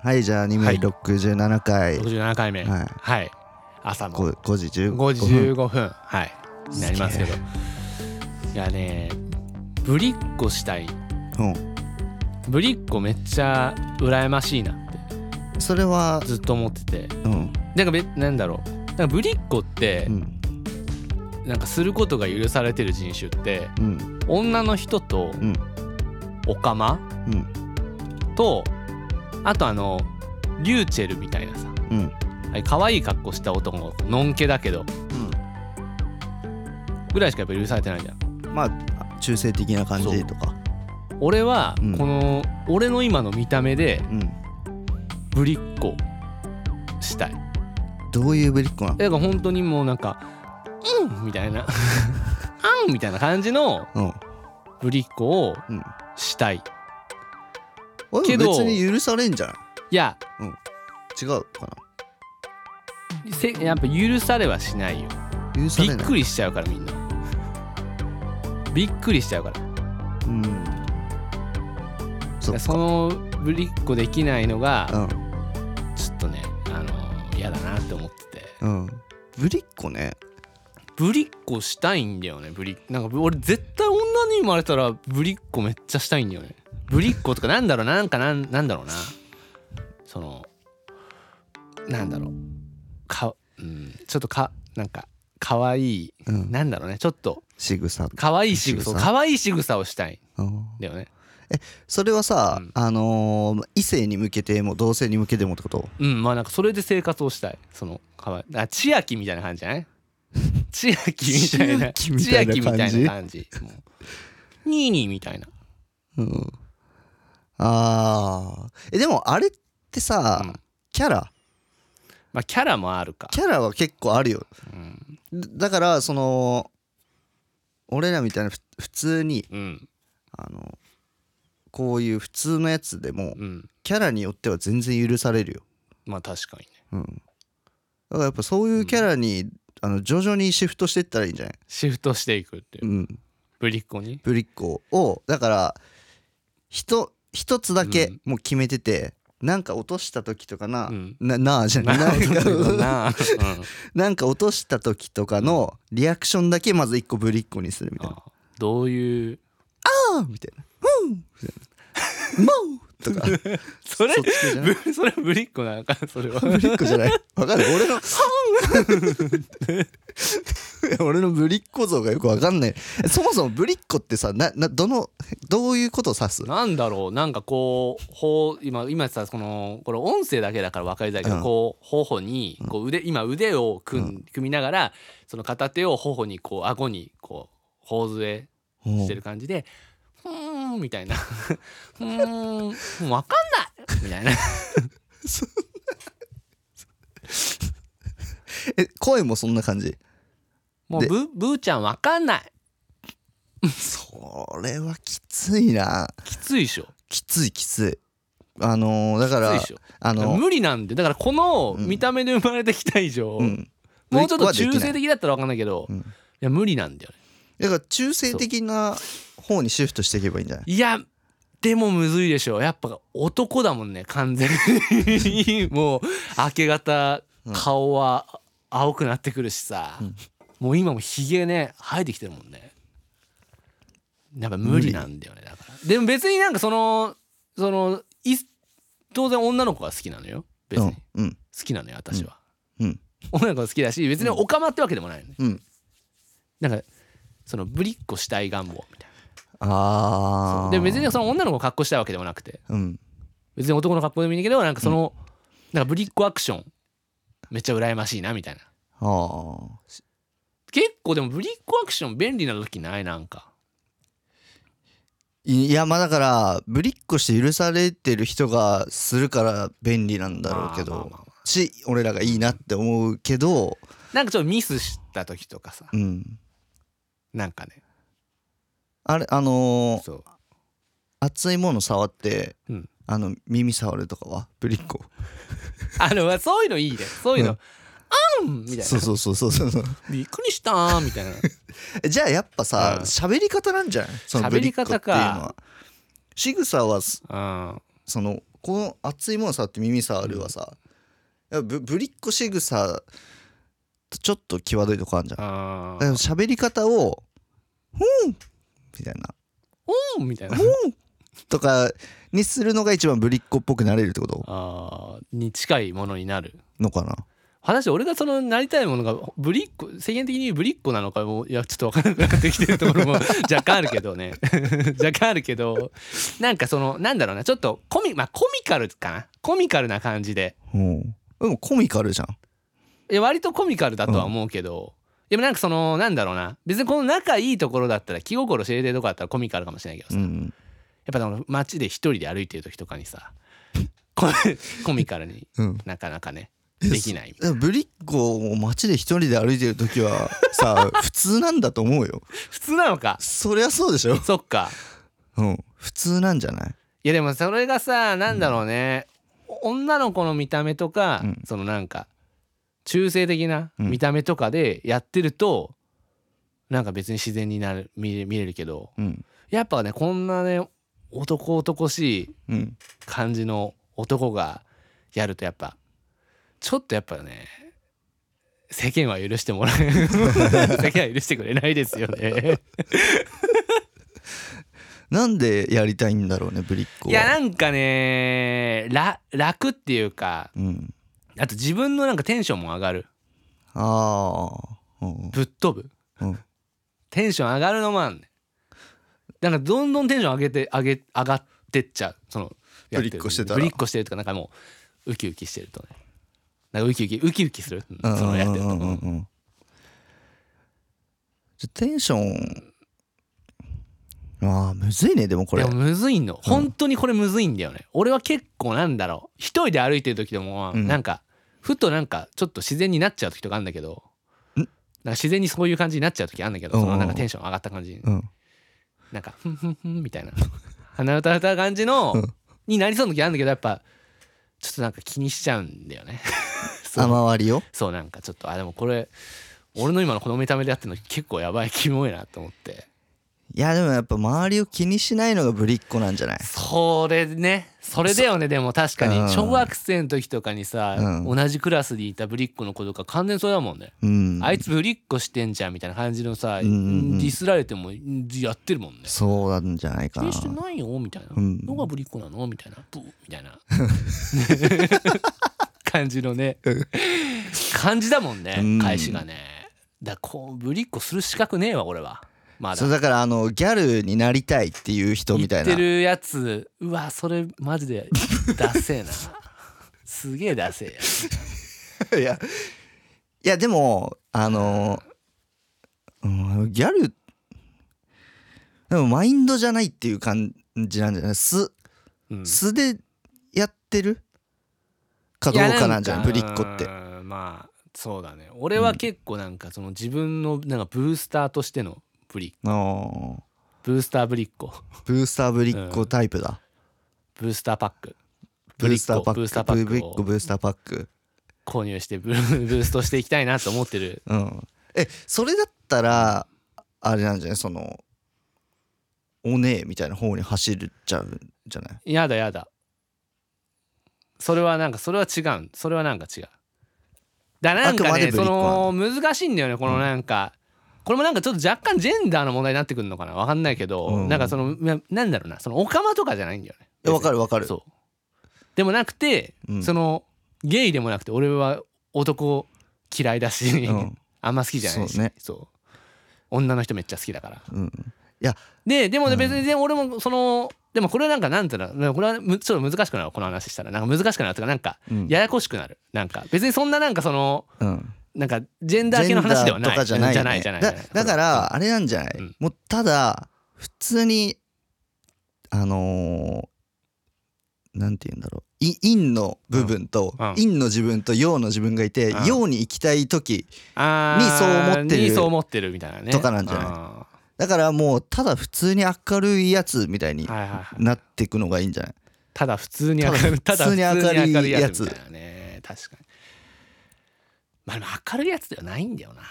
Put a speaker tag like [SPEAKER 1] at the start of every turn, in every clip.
[SPEAKER 1] はいじゃあ2
[SPEAKER 2] はい
[SPEAKER 1] 名67回、
[SPEAKER 2] 67回目、
[SPEAKER 1] はい
[SPEAKER 2] はい、朝の
[SPEAKER 1] こ5時15分
[SPEAKER 2] 5時15分はいになりますけど
[SPEAKER 1] す
[SPEAKER 2] いやねぶりっこしたい
[SPEAKER 1] うん、
[SPEAKER 2] ぶりっこめっちゃ羨ましいなって
[SPEAKER 1] それは
[SPEAKER 2] ずっと思ってて
[SPEAKER 1] うん
[SPEAKER 2] なんかべなんだろうなんかぶりっ子って
[SPEAKER 1] うん
[SPEAKER 2] なんかすることが許されてる人種って
[SPEAKER 1] うん
[SPEAKER 2] 女の人と
[SPEAKER 1] うん
[SPEAKER 2] オカマ
[SPEAKER 1] うん
[SPEAKER 2] とあとあのリューチェルみたいなさ
[SPEAKER 1] うん
[SPEAKER 2] あれ可愛い格好した男の子のんけだけどぐらいしかやっぱ許されてないじゃん
[SPEAKER 1] うんまあ中性的な感じとか
[SPEAKER 2] 俺は
[SPEAKER 1] うん
[SPEAKER 2] この、俺の今の見た目で
[SPEAKER 1] うん
[SPEAKER 2] ぶりっ子したい
[SPEAKER 1] どういうぶりっ子な
[SPEAKER 2] だから本当にもうなんか「うん」みたいな 「あん」みたいな感じの
[SPEAKER 1] のうん
[SPEAKER 2] ぶりっ子を
[SPEAKER 1] うん
[SPEAKER 2] したい
[SPEAKER 1] 俺
[SPEAKER 2] け
[SPEAKER 1] も
[SPEAKER 2] ど
[SPEAKER 1] 別に許されんじゃない
[SPEAKER 2] いや
[SPEAKER 1] 違うか
[SPEAKER 2] せやっぱ許されはしないよ
[SPEAKER 1] な許さ
[SPEAKER 2] び
[SPEAKER 1] れ
[SPEAKER 2] っ
[SPEAKER 1] ない
[SPEAKER 2] くりしちゃうからみんなびっくりしちゃうから
[SPEAKER 1] うんそっか
[SPEAKER 2] そのぶりっ子できないの
[SPEAKER 1] う
[SPEAKER 2] が
[SPEAKER 1] ん
[SPEAKER 2] ちょっとねあの嫌だなって思ってて
[SPEAKER 1] うんぶりっ子ね
[SPEAKER 2] ぶりっ子したいんだよねぶりなんか俺絶対女に生まれたらぶりっ子めっちゃしたいんだよねぶりっ子とかなんだろうななんかなんなんだろうなそのなんだろうかうんちょっとかなんか可愛い
[SPEAKER 1] うん
[SPEAKER 2] なんだろうねちょっと
[SPEAKER 1] 仕草
[SPEAKER 2] 可愛い仕
[SPEAKER 1] 仕
[SPEAKER 2] 草
[SPEAKER 1] 草
[SPEAKER 2] 可愛い仕草をしたい
[SPEAKER 1] うん
[SPEAKER 2] んだよね
[SPEAKER 1] それはさ、
[SPEAKER 2] うん
[SPEAKER 1] あのー異性に向けても同性に向けてもってこと
[SPEAKER 2] うんまあなんかそれで生活をしたいその可愛いあ千秋みたいな感じじゃない千秋みたいな
[SPEAKER 1] 千秋みたいな感じ
[SPEAKER 2] 千秋みたいな感じもうニーニーみたいな
[SPEAKER 1] うんあーえでもあれってさ、
[SPEAKER 2] うん
[SPEAKER 1] キャラ
[SPEAKER 2] まあキャラもあるか
[SPEAKER 1] キャラは結構あるよ
[SPEAKER 2] うん
[SPEAKER 1] だだからその俺らみたいなふ普通に
[SPEAKER 2] うん
[SPEAKER 1] あのこういう普通のやつでも
[SPEAKER 2] うん
[SPEAKER 1] キャラによっては全然許されるよ、
[SPEAKER 2] まあ確かにね
[SPEAKER 1] うん、だからやっぱそういうキャラに、あの徐々にシフトしていったらいいんじゃない、、
[SPEAKER 2] シフトしていくっていううんぶりっ子に
[SPEAKER 1] ぶりっ子をだから一一つだけ
[SPEAKER 2] うん
[SPEAKER 1] もう決めてて、なんか落とした時とかな、
[SPEAKER 2] うん
[SPEAKER 1] ななあじゃないなん
[SPEAKER 2] なる ほ
[SPEAKER 1] か
[SPEAKER 2] どなうん
[SPEAKER 1] なんか落とした時とかのリアクションだけまず一個ぶりっ子にするみたいな
[SPEAKER 2] あどういう
[SPEAKER 1] 「ああ」みたいな「うん」みたいな「もう」とか
[SPEAKER 2] それ
[SPEAKER 1] そっち系じゃない
[SPEAKER 2] ぶそれ ぶりっ子なのか それは
[SPEAKER 1] ぶりっ子じゃないわかる俺の 俺のぶりっ子像がよくわかんないそもそもぶりっ子ってさななどのどういうことを指す
[SPEAKER 2] なんだろうなんかこう頬今今さこのこれ音声だけだから分かりづらいけど、
[SPEAKER 1] うん
[SPEAKER 2] こう頬にこう腕今腕を組,、ん、組みながらその片手を頬にこう顎にこう頬杖してる感じで「ふーん」みたいな 「ふーんもう分かんない」み たいな
[SPEAKER 1] え声もそんな感じ
[SPEAKER 2] もう
[SPEAKER 1] で
[SPEAKER 2] ブブーちゃんわかんない
[SPEAKER 1] それはきついな
[SPEAKER 2] きついでしょ
[SPEAKER 1] きついきついあのーだか
[SPEAKER 2] きつい
[SPEAKER 1] ら
[SPEAKER 2] でしょ
[SPEAKER 1] あの
[SPEAKER 2] 無理なんでだからこの
[SPEAKER 1] うん
[SPEAKER 2] 見た目で生まれてきた以上、
[SPEAKER 1] うん
[SPEAKER 2] もうちょっと
[SPEAKER 1] ぶりっ
[SPEAKER 2] 中
[SPEAKER 1] 子はできない
[SPEAKER 2] 性的だったらわかんないけど、
[SPEAKER 1] うん
[SPEAKER 2] いや無理なんだよね
[SPEAKER 1] だから中性的な方にシフトしていけばいいんじゃない
[SPEAKER 2] いやでもむずいでしょやっぱ男だもんね完全に もう明け方
[SPEAKER 1] うん
[SPEAKER 2] 顔は青くなってくるしさ、
[SPEAKER 1] うん
[SPEAKER 2] もう今もひげね生えてきてるもんねやっぱ無理なんだよねだからでも別になんかそのそのい当然女の子が好きなのよ別に、
[SPEAKER 1] うんうん
[SPEAKER 2] 好きなのよ私は、
[SPEAKER 1] うん
[SPEAKER 2] 女の子が好きだし別にオカマってわけでもないよね、
[SPEAKER 1] うん
[SPEAKER 2] なんかそのぶりっ子したい願望みたい
[SPEAKER 1] あ
[SPEAKER 2] な
[SPEAKER 1] あ
[SPEAKER 2] で別にその女の子を格好したいわけでもなくて
[SPEAKER 1] うん
[SPEAKER 2] 別に男の格好でもいいけどなんかその、なんかぶりっ子アクションめっちゃ羨ましいなみたいな
[SPEAKER 1] あー
[SPEAKER 2] 結構でもぶりっ子アクション便利な時ないなんか
[SPEAKER 1] いいやまあだからぶりっ子して許されてる人がするから便利なんだろうけど、
[SPEAKER 2] まあまあまあま
[SPEAKER 1] し俺らがいいなって思うけど
[SPEAKER 2] あなんかちょっとミスした時とかさ
[SPEAKER 1] うん
[SPEAKER 2] なんかね
[SPEAKER 1] あれあのー
[SPEAKER 2] そう
[SPEAKER 1] 熱いもの触って、
[SPEAKER 2] うん
[SPEAKER 1] あの耳触るとかはぶりっ子
[SPEAKER 2] あのそういうのいいねそういうの、
[SPEAKER 1] う
[SPEAKER 2] あんみたいな
[SPEAKER 1] そうそうそうそうそう
[SPEAKER 2] びっくりしたーみたいな
[SPEAKER 1] じゃあやっぱさ
[SPEAKER 2] うん
[SPEAKER 1] 喋、り方なんじゃないその
[SPEAKER 2] 喋り方か
[SPEAKER 1] ぶりっ子っていうのは仕草はす
[SPEAKER 2] うん
[SPEAKER 1] そのこの熱いもの触って耳触るはさ、やっぱぶぶりっこ仕草とちょっと際どいとこあるじゃんだ
[SPEAKER 2] あ
[SPEAKER 1] から
[SPEAKER 2] ー
[SPEAKER 1] 喋り方を「うん」みたいな
[SPEAKER 2] うんみたいな
[SPEAKER 1] とかにするのが一番ぶりっ子っぽくなれるってこと
[SPEAKER 2] あーに近いものになる
[SPEAKER 1] のかな
[SPEAKER 2] 果たして俺がそのなりたいものがぶりっ子世間的にぶりっ子なのかもいやちょっと分からなくなってきてるところも 若干あるけどね 若干あるけどなんかそのなんだろうなちょっとコミ,、まあ、コミカルかなコミカルな感じで
[SPEAKER 1] うんでもコミカルじゃん
[SPEAKER 2] いや割とコミカルだとは思うけど、でもなんかそのなんだろうな別にこの仲いいところだったら気心知れてるとこだったらコミカルかもしれないけどさ、
[SPEAKER 1] うん
[SPEAKER 2] やっぱその街で一人で歩いてる時とかにさコミ コミカルに
[SPEAKER 1] うん
[SPEAKER 2] なかなかねで きない
[SPEAKER 1] でもぶりっ子を街で一人で歩いてる時はさ 普通なんだと思うよ
[SPEAKER 2] 普通なのか
[SPEAKER 1] そりゃそうでしょ
[SPEAKER 2] そっか
[SPEAKER 1] うん普通なんじゃない
[SPEAKER 2] いやでもそれがさなんだろうね、女の子の見た目とか、
[SPEAKER 1] うん
[SPEAKER 2] そのなんか中性的な
[SPEAKER 1] うん
[SPEAKER 2] 見た目とかでやってると、なんか別に自然になる見れ見れるけど
[SPEAKER 1] うん
[SPEAKER 2] やっぱねこんなね男男しい
[SPEAKER 1] うん
[SPEAKER 2] 感じの男がやるとやっぱちょっとやっぱね世間は許してもらえ 世間は許してくれないです よね
[SPEAKER 1] なんでやりたいんだろうねぶりっ子
[SPEAKER 2] い
[SPEAKER 1] は
[SPEAKER 2] やなんかねら楽っていうか
[SPEAKER 1] うん
[SPEAKER 2] あと自分のなんかテンションも上がる
[SPEAKER 1] ああうん
[SPEAKER 2] ぶっ飛ぶ、
[SPEAKER 1] うん
[SPEAKER 2] テンション上がるのもあんねなんかどんどんテンション上げて上げ上がってっちゃうそのや
[SPEAKER 1] ぶりっこしてたら
[SPEAKER 2] ぶりっこしてるとかなんかもうウキウキしてるとねなんかウキウキウキウキする、うん
[SPEAKER 1] うん
[SPEAKER 2] そのやってると、
[SPEAKER 1] うんうんうんうんじゃテンションああむずいねでもこれ
[SPEAKER 2] でもむずいの本当にこれむずいんだよね、俺は結構なんだろう一人で歩いてる時でも
[SPEAKER 1] うん
[SPEAKER 2] なんか、ふとなんかちょっと自然になっちゃう時とかあるんだけど
[SPEAKER 1] ん
[SPEAKER 2] なんか自然にそういう感じになっちゃう時あるんだけど、
[SPEAKER 1] うんうん
[SPEAKER 2] そのなんかテンション上がった感じ、
[SPEAKER 1] うん
[SPEAKER 2] なんかふんふんふんみたいな鼻歌歌う感じの、
[SPEAKER 1] うん
[SPEAKER 2] になりそうな時あるんだけどやっぱちょっとなんか気にしちゃうんだよね そう
[SPEAKER 1] あ周りを
[SPEAKER 2] そうなんかちょっとあでもこれ俺の今のこの見た目でやってるの結構やばいキモいなと思って
[SPEAKER 1] いやでもやっぱ周りを気にしないのがぶりっ子なんじゃない
[SPEAKER 2] それねそれだよねでも確
[SPEAKER 1] う
[SPEAKER 2] か
[SPEAKER 1] ん
[SPEAKER 2] に小学生の時とかにさ、
[SPEAKER 1] う
[SPEAKER 2] 同じクラスにいたぶりっ子の子とか完全にそれだもんね、
[SPEAKER 1] うん
[SPEAKER 2] あいつぶりっ子してんじゃんみたいな感じのさ、
[SPEAKER 1] うんうんうん
[SPEAKER 2] ディスられてもんやってるもんね
[SPEAKER 1] そうなんじゃない
[SPEAKER 2] 気
[SPEAKER 1] かな
[SPEAKER 2] にしてないよみたいな、
[SPEAKER 1] うん
[SPEAKER 2] のがぶりっ子なのみたいなブーみ たいな感じのね感じだもんね、
[SPEAKER 1] うん
[SPEAKER 2] 返しがねだからこうぶりっ子する資格ねえわ俺はまだ
[SPEAKER 1] そうだからあのギャルになりたいっていう人みたいな
[SPEAKER 2] 言ってるやつうわそれマジでダセえな すげえダセえやつ
[SPEAKER 1] いやいやでもあの、うん、ギャルでもマインドじゃないっていう感じなんじゃない素
[SPEAKER 2] うん
[SPEAKER 1] 素でやってるかどうかなんじゃないぶりっ子って
[SPEAKER 2] うんまあそうだね俺は結構なんかその自分のなんかブースターとしてのぶり
[SPEAKER 1] あー
[SPEAKER 2] ブースターぶりっ子
[SPEAKER 1] ブースターぶりっ子タイプだ、
[SPEAKER 2] ブースターパック
[SPEAKER 1] ブースターパック
[SPEAKER 2] ブリッコブースターパックを
[SPEAKER 1] ブリッコブースターパック
[SPEAKER 2] 購入してブー ブーストしていきたいなと思ってる
[SPEAKER 1] うんえそれだったらあれなんじゃないそのおねえみたいな方に走るちゃうんじゃない
[SPEAKER 2] やだやだそれはなんかそれは違うそれはなんか違うだからな
[SPEAKER 1] あ
[SPEAKER 2] ん
[SPEAKER 1] く
[SPEAKER 2] か
[SPEAKER 1] まで
[SPEAKER 2] ね
[SPEAKER 1] ぶり
[SPEAKER 2] そ
[SPEAKER 1] っ子
[SPEAKER 2] の難しいんだよねこのなんか、これもなんかちょっと若干ジェンダーの問題になってくるのかなわかんないけど、
[SPEAKER 1] うん
[SPEAKER 2] なんかそのななんだろうなそのオカマとかじゃないんだよね
[SPEAKER 1] えわかるわかる
[SPEAKER 2] そうでもなくて、
[SPEAKER 1] うん
[SPEAKER 2] そのゲイでもなくて俺は男嫌いだし、
[SPEAKER 1] うん
[SPEAKER 2] あんま好きじゃないし
[SPEAKER 1] そうね
[SPEAKER 2] そう女の人めっちゃ好きだから
[SPEAKER 1] うんいや
[SPEAKER 2] ででもね
[SPEAKER 1] うん
[SPEAKER 2] 別にでも俺もそのでもこれはなんかなんていうのこれはむちょっと難しくなるこの話したらなんか難しくなるというかなんか
[SPEAKER 1] うん
[SPEAKER 2] ややこしくなるなんか別にそんななんかその
[SPEAKER 1] うん
[SPEAKER 2] なんかジェンダー系の話では
[SPEAKER 1] ジェンダー
[SPEAKER 2] ない
[SPEAKER 1] とかじゃない
[SPEAKER 2] じ
[SPEAKER 1] よ
[SPEAKER 2] ゃ
[SPEAKER 1] ね
[SPEAKER 2] ないじゃない
[SPEAKER 1] だだか、らあれなんじゃない、
[SPEAKER 2] うん
[SPEAKER 1] もうただ普通にあのーなんて言うんだろうい陰の部分と
[SPEAKER 2] うんうん
[SPEAKER 1] 陰の自分と陽の自分がいて
[SPEAKER 2] うん
[SPEAKER 1] 陽に行きたい時
[SPEAKER 2] あー
[SPEAKER 1] にそう思ってる
[SPEAKER 2] にそう思ってるみたいなね
[SPEAKER 1] とかなんじゃない
[SPEAKER 2] あ
[SPEAKER 1] だからもうただ普通に明るいやつみたいに
[SPEAKER 2] ーはいはいはい
[SPEAKER 1] なっていくのがいいんじゃない
[SPEAKER 2] ただ普通に明るいた
[SPEAKER 1] ただ
[SPEAKER 2] だ普通に
[SPEAKER 1] 普通に
[SPEAKER 2] 明
[SPEAKER 1] 明
[SPEAKER 2] る
[SPEAKER 1] る
[SPEAKER 2] い
[SPEAKER 1] い
[SPEAKER 2] や
[SPEAKER 1] や
[SPEAKER 2] つ
[SPEAKER 1] つ
[SPEAKER 2] みたいなね確かにまあでも明るいやつではない んだよなっ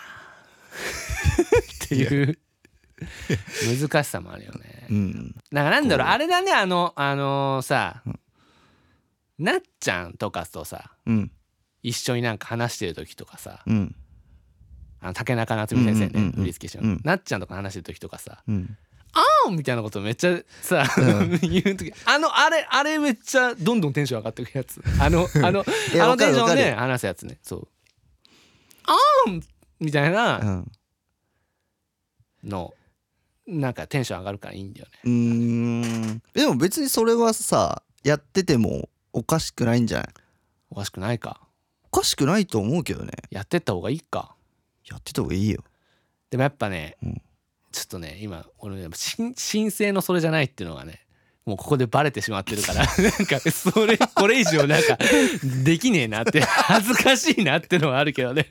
[SPEAKER 2] ていう難しさもあるよね
[SPEAKER 1] うん
[SPEAKER 2] なんかなんだろうあれだねあのあのーさなっちゃんとかとさ
[SPEAKER 1] うん
[SPEAKER 2] 一緒になんか話してる時とかさ
[SPEAKER 1] うん
[SPEAKER 2] あの竹中夏実先生
[SPEAKER 1] うんうんうんう
[SPEAKER 2] ね
[SPEAKER 1] ん
[SPEAKER 2] 振り付け師の、
[SPEAKER 1] うん
[SPEAKER 2] なっちゃんとか話してる時とかさ
[SPEAKER 1] うん
[SPEAKER 2] 「うん」みたいなことめっちゃさ、言う時あのあれあれめっちゃどんどんテンション上がってくるやつあのあの
[SPEAKER 1] いや
[SPEAKER 2] あの
[SPEAKER 1] わか
[SPEAKER 2] テン
[SPEAKER 1] る
[SPEAKER 2] シ
[SPEAKER 1] わ
[SPEAKER 2] ョ
[SPEAKER 1] か
[SPEAKER 2] ン
[SPEAKER 1] る
[SPEAKER 2] で話すやつねそう「うん」みたいな
[SPEAKER 1] うん
[SPEAKER 2] のなんかテンション上がるからいいんだよね
[SPEAKER 1] うーんでも別にそれはさやっててもおかしくないんじゃない
[SPEAKER 2] おかしくないか
[SPEAKER 1] おかしくないと思うけどね
[SPEAKER 2] やってった方がいいか
[SPEAKER 1] やってた方がいいよ
[SPEAKER 2] でもやっぱね、
[SPEAKER 1] うん
[SPEAKER 2] ちょっとね今俺ね申申請のそれじゃないっていうのがねもうここでバレてしまってるから なんかそれこれ以上なんかできねえなって恥ずかしいなってのはあるけどね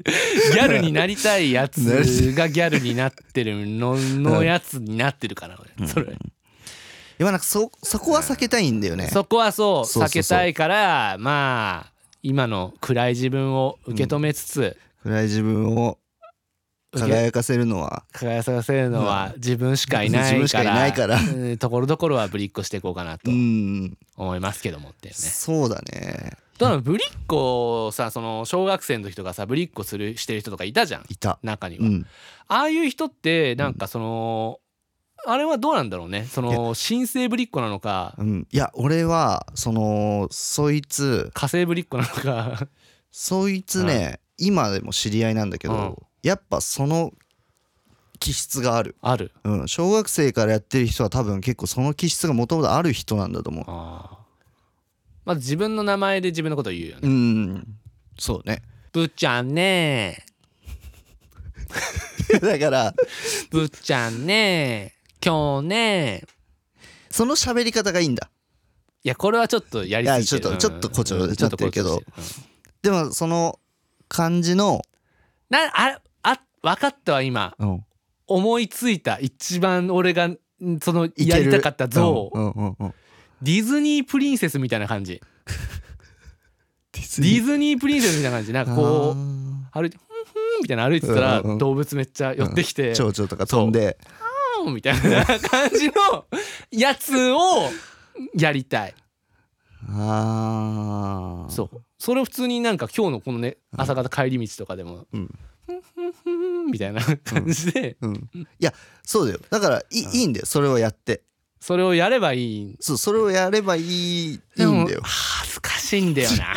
[SPEAKER 2] ギャルになりたいやつ がギャルになってるののやつになってるから俺それ、
[SPEAKER 1] いやなんかそそこは避けたいんだよね
[SPEAKER 2] そこはそう
[SPEAKER 1] そうそうそう
[SPEAKER 2] 避けたいからまあ今の暗い自分を受け止めつつ、
[SPEAKER 1] 暗い自分を
[SPEAKER 2] 受け
[SPEAKER 1] 輝かせるのは
[SPEAKER 2] 輝かせるのは自分しかいないから、
[SPEAKER 1] 自分しかいないから
[SPEAKER 2] うんところどころはぶりっこしていこうかなと
[SPEAKER 1] うん
[SPEAKER 2] 思いますけどもっていうね。
[SPEAKER 1] そうだね
[SPEAKER 2] ただぶりっこをさその小学生の時とかさぶりっこするしてる人とかいたじゃん
[SPEAKER 1] いた
[SPEAKER 2] 中には、
[SPEAKER 1] うん
[SPEAKER 2] ああいう人ってなんかその、あれはどうなんだろうねその新生ぶりっ子なのか
[SPEAKER 1] うんいや俺はそのそいつ
[SPEAKER 2] 火星ぶりっ子なのか
[SPEAKER 1] そいつね今でも知り合いなんだけ
[SPEAKER 2] うん
[SPEAKER 1] どやっぱその気質がある
[SPEAKER 2] ある
[SPEAKER 1] うん小学生からやってる人は多分結構その気質がもともとある人なんだと思う
[SPEAKER 2] あーまず自分の名前で自分のことを言うよね、
[SPEAKER 1] うんそうね
[SPEAKER 2] ぶっちゃんね
[SPEAKER 1] だから
[SPEAKER 2] ーぶっちゃんねー今日ねー
[SPEAKER 1] その喋り方がいいんだ
[SPEAKER 2] いやこれはちょっとやりすぎてる
[SPEAKER 1] いやちょっとちょ
[SPEAKER 2] うん
[SPEAKER 1] っと誇張
[SPEAKER 2] うん
[SPEAKER 1] ちょっと誇張してる
[SPEAKER 2] 誇張してるうん
[SPEAKER 1] でもその感じの、
[SPEAKER 2] なああ分かったわ今
[SPEAKER 1] うん、
[SPEAKER 2] 思いついた一番俺がんその
[SPEAKER 1] いけ
[SPEAKER 2] や
[SPEAKER 1] る
[SPEAKER 2] りたかった像、
[SPEAKER 1] うんうんうんうん
[SPEAKER 2] ディズニープリンセスみたいな感じ
[SPEAKER 1] ディズ
[SPEAKER 2] ディズニープリンセスみたいな感じなんかこう歩いて「ふんふん」みたいな歩いてたら
[SPEAKER 1] うんうんうん
[SPEAKER 2] 動物めっちゃ寄ってきて「
[SPEAKER 1] 蝶々とか飛んで
[SPEAKER 2] ふんみたいな感じのやつをやりたい
[SPEAKER 1] ああ
[SPEAKER 2] そうそれを普通になんか今日のこのね朝方帰り道とかでも「ふ
[SPEAKER 1] うんん
[SPEAKER 2] ふんふん」みたいな感じで
[SPEAKER 1] う、うん、いやそうだよだからいいいいんだよそれをやって
[SPEAKER 2] それをやればいい
[SPEAKER 1] そうそれをやればいいいいん
[SPEAKER 2] でも
[SPEAKER 1] だよ
[SPEAKER 2] 恥ずかしいんだよな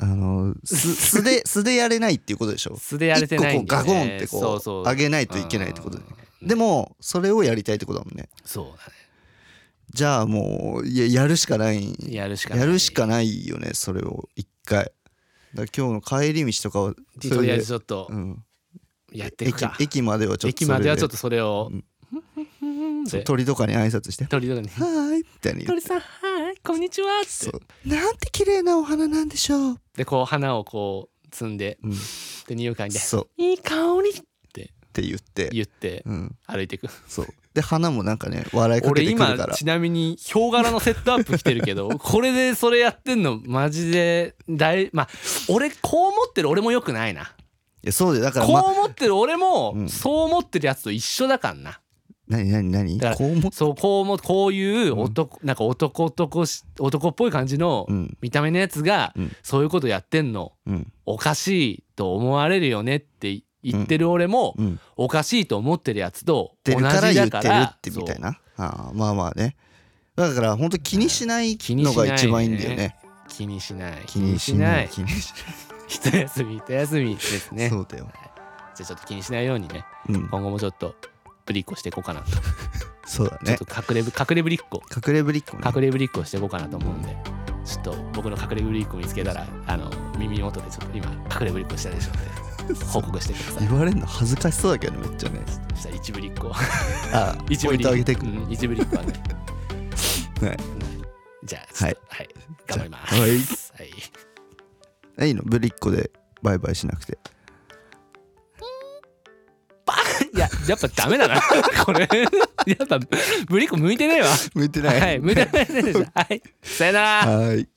[SPEAKER 1] あの す素で素でやれないっていうことでしょ
[SPEAKER 2] 素でやれてないん
[SPEAKER 1] 一
[SPEAKER 2] だ
[SPEAKER 1] 個
[SPEAKER 2] よ
[SPEAKER 1] こうガ
[SPEAKER 2] ね
[SPEAKER 1] ゴンってこう
[SPEAKER 2] そうそう
[SPEAKER 1] 上げないといけないってことで
[SPEAKER 2] うん
[SPEAKER 1] でもそれをやりたいってことだもんね
[SPEAKER 2] そうだ
[SPEAKER 1] じゃあもういややるしかない
[SPEAKER 2] ねやるしかない
[SPEAKER 1] やるしかないよねそれを一回だから今日の帰り道とかはそれ
[SPEAKER 2] と
[SPEAKER 1] で
[SPEAKER 2] りあえずちょっと
[SPEAKER 1] うん、
[SPEAKER 2] やっていく
[SPEAKER 1] 駅
[SPEAKER 2] か
[SPEAKER 1] 駅まではちょっと
[SPEAKER 2] 駅
[SPEAKER 1] それ
[SPEAKER 2] ま
[SPEAKER 1] で
[SPEAKER 2] ではちょっとそれを
[SPEAKER 1] そう
[SPEAKER 2] で
[SPEAKER 1] 鳥とかに挨拶して「は
[SPEAKER 2] 鳥とかに
[SPEAKER 1] ーい」みたいに言っ
[SPEAKER 2] 「
[SPEAKER 1] て
[SPEAKER 2] 鳥さんはいこんにちは」
[SPEAKER 1] そ
[SPEAKER 2] っ
[SPEAKER 1] うなんて綺麗なお花なんでしょう、
[SPEAKER 2] てでこう花をこう摘んでで匂い嗅いで
[SPEAKER 1] そうっ
[SPEAKER 2] 「いい香り」って
[SPEAKER 1] て言って
[SPEAKER 2] 言って
[SPEAKER 1] うん、
[SPEAKER 2] 歩いていく
[SPEAKER 1] そうで花もなんかね笑いかけ
[SPEAKER 2] 俺
[SPEAKER 1] てくるか
[SPEAKER 2] 今
[SPEAKER 1] ら
[SPEAKER 2] ちなみにヒョウ柄のセットアップ着てるけ どこれでそれやってんのマジで大まあ俺こう思ってる俺もよくないない
[SPEAKER 1] やそうでだから
[SPEAKER 2] こう
[SPEAKER 1] ま
[SPEAKER 2] 思ってる俺
[SPEAKER 1] う
[SPEAKER 2] も
[SPEAKER 1] ん
[SPEAKER 2] そう思ってるやつと一緒だからな
[SPEAKER 1] 何何何
[SPEAKER 2] だから
[SPEAKER 1] こう思っ
[SPEAKER 2] そうこうもこういう男なんか男男し男っぽい感じの
[SPEAKER 1] うん
[SPEAKER 2] 見た目のやつが
[SPEAKER 1] うん
[SPEAKER 2] そういうことやってんの
[SPEAKER 1] うん
[SPEAKER 2] おかしいと思われるよねって言ってる俺も
[SPEAKER 1] うん
[SPEAKER 2] おかしいと思ってるやつと
[SPEAKER 1] 出
[SPEAKER 2] 同
[SPEAKER 1] る
[SPEAKER 2] じ
[SPEAKER 1] から言っ
[SPEAKER 2] だ
[SPEAKER 1] て
[SPEAKER 2] か
[SPEAKER 1] る
[SPEAKER 2] ら
[SPEAKER 1] ってみたい
[SPEAKER 2] そう
[SPEAKER 1] なあーまあまあねだから本当気にしない
[SPEAKER 2] 気に
[SPEAKER 1] の
[SPEAKER 2] しな
[SPEAKER 1] が
[SPEAKER 2] いね
[SPEAKER 1] 一番いいんだよね
[SPEAKER 2] 気にしない
[SPEAKER 1] 気にしない
[SPEAKER 2] 気
[SPEAKER 1] 気にし
[SPEAKER 2] にしない一休み一休みです
[SPEAKER 1] ない
[SPEAKER 2] ね
[SPEAKER 1] そうだよ
[SPEAKER 2] じゃあちょっと気にしないようにね
[SPEAKER 1] うん
[SPEAKER 2] 今後もちょっとぶりっこしていこうかなと
[SPEAKER 1] そうだ
[SPEAKER 2] ちょ
[SPEAKER 1] ね
[SPEAKER 2] っと隠れぶ隠れぶりっこ
[SPEAKER 1] 隠れぶりっ子ね
[SPEAKER 2] 隠れぶりっこをしていこうかなと思うんでちょっと僕の隠れぶりっこ見つけたらあの耳元でちょっと今隠れぶりっこしたでしょ って報告してください
[SPEAKER 1] 言われるの恥ずかしそうだけどめっちゃね
[SPEAKER 2] そしたら一ぶりっこを
[SPEAKER 1] あ
[SPEAKER 2] 一
[SPEAKER 1] ポ
[SPEAKER 2] ぶ
[SPEAKER 1] イン
[SPEAKER 2] り
[SPEAKER 1] ト上げて
[SPEAKER 2] っ
[SPEAKER 1] いく
[SPEAKER 2] こ、うん、一ぶりっこはね
[SPEAKER 1] はい
[SPEAKER 2] じゃあちょっとはい、頑張ります
[SPEAKER 1] じゃあはい
[SPEAKER 2] はい、
[SPEAKER 1] えいいのぶりっ子でバイバイしなくて
[SPEAKER 2] いややっぱダメだなこれやっぱぶりっこ向いてねえわ
[SPEAKER 1] 向いてない
[SPEAKER 2] はい向いてないでしたはいさよなら
[SPEAKER 1] はい